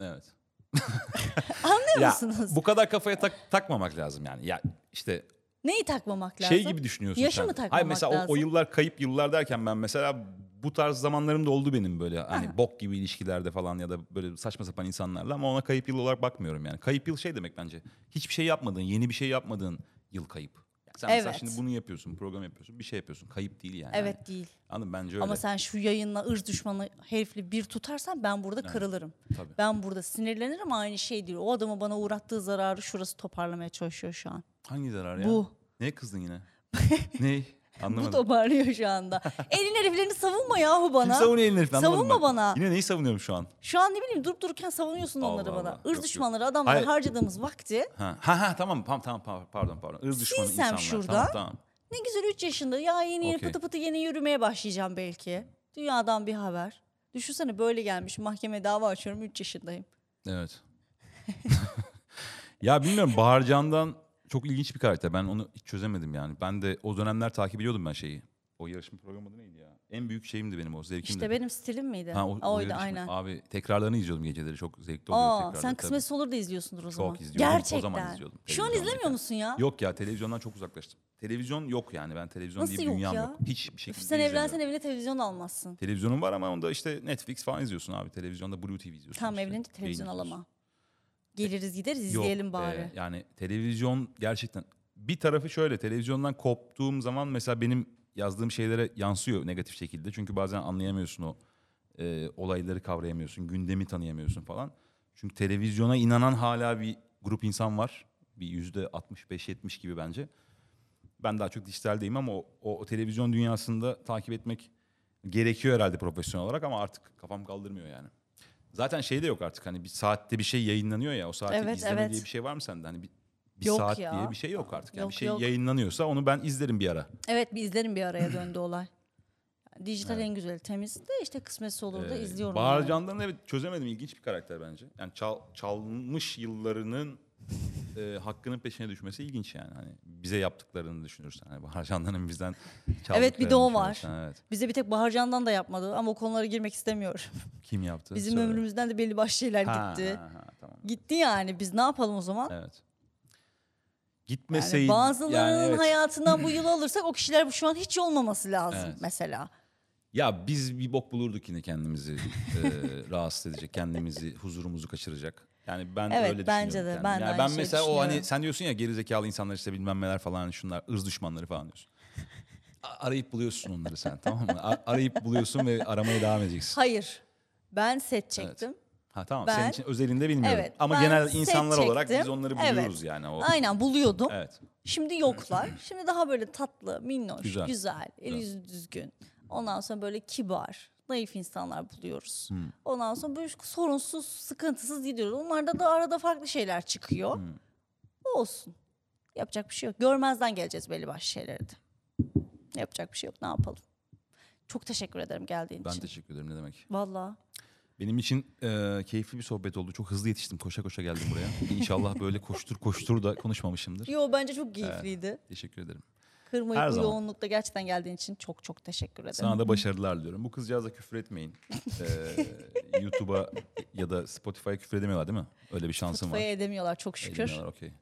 S3: Evet.
S2: *laughs* Anlıyor
S3: Ya
S2: musunuz?
S3: bu kadar kafaya tak- takmamak lazım yani. Ya işte
S2: Neyi takmamak lazım?
S3: şey gibi düşünüyorsun
S2: Yaşı
S3: sen.
S2: mı takmamak
S3: Hayır mesela o-
S2: lazım?
S3: O, yıllar kayıp yıllar derken ben mesela bu tarz zamanlarım da oldu benim böyle hani bok gibi ilişkilerde falan ya da böyle saçma sapan insanlarla ama ona kayıp yıl olarak bakmıyorum yani. Kayıp yıl şey demek bence. Hiçbir şey yapmadığın, yeni bir şey yapmadığın yıl kayıp. Yani sen mesela
S2: Evet.
S3: şimdi bunu yapıyorsun, program yapıyorsun, bir şey yapıyorsun. Kayıp değil yani.
S2: Evet
S3: Yani
S2: değil.
S3: Anladın mı? bence öyle.
S2: Ama sen şu yayınla ırz düşmanı herifle bir tutarsan ben burada kırılırım.
S3: Tabii.
S2: Ben burada sinirlenirim ama aynı şey değil. O adamı bana uğrattığı zararı şurası toparlamaya çalışıyor şu an.
S3: Hangi zarar ya?
S2: Bu. *laughs*
S3: Neye kızdın yine? Ney? Anlamadım.
S2: Bu da bağırıyor şu
S3: *laughs*
S2: anda. Elin heriflerini savunma yahu bana.
S3: Kim savunuyor elini herifini anlamadım
S2: Savunma
S3: ben.
S2: bana.
S3: Yine neyi savunuyorum şu an?
S2: Şu an ne bileyim durup dururken savunuyorsun
S3: Allah
S2: onları bana.
S3: Allah,
S2: Irz
S3: yok,
S2: düşmanları
S3: yok.
S2: adamlara
S3: Hayır.
S2: harcadığımız vakti.
S3: Ha ha, ha tamam tamam tamam pa- pardon pardon. Irz düşmanı
S2: Silsem
S3: insanlar.
S2: şurada.
S3: Tamam tamam.
S2: Ne güzel 3 yaşında ya yeni yeni
S3: Okey.
S2: pıtı pıtı yeni yürümeye başlayacağım belki. Dünyadan bir haber. Düşünsene böyle gelmiş mahkemeye dava açıyorum 3 yaşındayım.
S3: Evet. *laughs* ya bilmiyorum Baharcan'dan çok ilginç bir karakter. Ben onu hiç çözemedim yani. Ben de o dönemler takip ediyordum ben şeyi. O yarışma programı adı neydi ya? En büyük şeyimdi benim o zevkimdi.
S2: İşte benim stilim miydi?
S3: Ha,
S2: Ha,
S3: o, şey o
S2: Oydu
S3: yarışma-
S2: aynen.
S3: Abi tekrarlarını izliyordum geceleri çok zevkli oluyor
S2: Aa,
S3: tekrarları
S2: sen
S3: tabii.
S2: kısmetse olur da izliyorsundur o zaman.
S3: izliyordum, o
S2: Gerçekten.
S3: zaman izliyordum.
S2: Şu an
S3: Televizyondayken.
S2: izlemiyor musun ya?
S3: Yok ya televizyondan çok uzaklaştım. Televizyon yok yani ben televizyon
S2: Nasıl
S3: diye bir
S2: yok
S3: dünyam
S2: ya?
S3: yok. Hiçbir şekilde
S2: Öf, sen
S3: izlemiyorum.
S2: evlensen evine televizyon almazsın.
S3: Televizyonum var ama onda işte Netflix falan izliyorsun abi. Televizyonda Blue TV izliyorsun.
S2: Tam
S3: işte.
S2: evlenince televizyon
S3: Yayın izliyorsun.
S2: alama. Geliriz gideriz
S3: Yok e,
S2: izleyelim
S3: be,
S2: bari.
S3: yani televizyon gerçekten bir tarafı şöyle televizyondan koptuğum zaman mesela benim yazdığım şeylere yansıyor negatif şekilde. Çünkü bazen anlayamıyorsun o e, olayları kavrayamıyorsun, gündemi tanıyamıyorsun falan. Çünkü televizyona inanan hala bir grup insan var. Bir yüzde 65-70 gibi bence. Ben daha çok dijitaldeyim ama o, o, o televizyon dünyasında takip etmek gerekiyor herhalde profesyonel olarak ama artık kafam kaldırmıyor yani. Zaten şey de yok artık hani bir saatte bir şey yayınlanıyor ya o saati
S2: Evet,
S3: izleme
S2: evet.
S3: diye bir şey var mı sende? Hani bir, bir
S2: Yok
S3: saat
S2: ya.
S3: diye bir şey yok artık. Yani
S2: Yok,
S3: bir şey
S2: yok.
S3: yayınlanıyorsa onu ben izlerim bir ara.
S2: Evet bir izlerim bir araya döndü olay. Yani Dijital en güzel temiz de işte kısmetse olur da
S3: Ee,
S2: izliyorum.
S3: Bahar
S2: yani.
S3: Candan'ı evet çözemedim ilginç bir karakter bence. Yani çal- çalmış yıllarının e, hakkının peşine düşmesi ilginç yani. Hani bize yaptıklarını düşünürsen. Hani Bahar Candan'ın bizden çaldıklarını
S2: Evet, bir de o var.
S3: düşünürsen, Evet.
S2: Bize bir tek Baharcan'dan da yapmadı ama o konulara girmek istemiyorum.
S3: Kim
S2: *laughs*
S3: yaptı?
S2: Bizim
S3: Söyle.
S2: ömrümüzden de belli başlı şeyler
S3: Ha,
S2: gitti.
S3: ha, ha, tamam.
S2: Gitti yani biz ne yapalım o zaman?
S3: Evet.
S2: Yani
S3: Gitmeseydi.
S2: bazılarının
S3: yani evet.
S2: hayatından bu yıl
S3: *laughs*
S2: alırsak o kişiler bu şu an hiç olmaması lazım
S3: Evet.
S2: mesela.
S3: Ya biz bir bok bulurduk yine kendimizi e, *laughs* rahatsız edecek, kendimizi huzurumuzu kaçıracak. Yani ben
S2: Evet,
S3: öyle
S2: bence
S3: düşünüyorum
S2: de.
S3: kendim.
S2: Ben de
S3: yani
S2: aynı
S3: ben
S2: şeyi
S3: mesela o hani
S2: düşünüyorum.
S3: sen diyorsun ya gerizekalı insanlar işte bilmem neler falan hani şunlar ırz düşmanları falan diyorsun. A- Arayıp buluyorsun onları sen tamam mı? A- arayıp buluyorsun ve aramaya devam edeceksin.
S2: Hayır ben set çektim.
S3: Ha tamam
S2: Ben-
S3: senin için özelinde bilmiyorum.
S2: Evet,
S3: Ama
S2: ben
S3: genel
S2: set
S3: insanlar olarak biz
S2: çektim.
S3: onları
S2: Evet.
S3: buluyoruz yani. O,
S2: Aynen buluyordum.
S3: evet.
S2: Şimdi yoklar.
S3: *clears throat*
S2: Şimdi daha böyle tatlı, minnoş,
S3: Güzel.
S2: güzel, el yüzü düzgün. Ondan sonra böyle kibar, naif insanlar buluyoruz.
S3: Hmm.
S2: Ondan sonra böyle sorunsuz, sıkıntısız gidiyoruz. Onlarda da arada farklı şeyler çıkıyor.
S3: Hmm.
S2: Olsun. Yapacak bir şey yok. Görmezden geleceğiz belli başlı şeyleri de. Yapacak bir şey yok. Ne yapalım? Çok teşekkür ederim geldiğin
S3: Ben
S2: için.
S3: teşekkür ederim ne demek.
S2: Vallahi.
S3: Benim için e, keyifli bir sohbet oldu. Çok hızlı yetiştim. Koşa koşa geldim buraya. İnşallah böyle koştur koştur da konuşmamışımdır.
S2: Yo bence çok keyifliydi.
S3: Teşekkür ederim.
S2: Kırmayıp
S3: Her
S2: bu
S3: zaman.
S2: yoğunlukta gerçekten geldiğin için çok çok teşekkür ederim.
S3: Sana da başarılar diliyorum. Bu kızcağıza küfür etmeyin. Ee, YouTube'a ya da Spotify'a küfür edemiyorlar değil mi? Öyle bir şansın var.
S2: Mutfağı edemiyorlar çok şükür.
S3: Edemiyorlar, okey.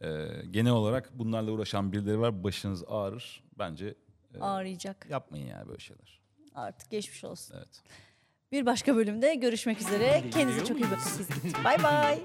S3: Ee, genel olarak bunlarla uğraşan birileri var. Başınız ağrır. Bence e,
S2: Ağrıyacak.
S3: yapmayın yani böyle şeyler.
S2: Artık geçmiş olsun.
S3: Evet.
S2: Bir başka bölümde görüşmek üzere. Kendinize çok iyi bakın. Siz- Bay bay.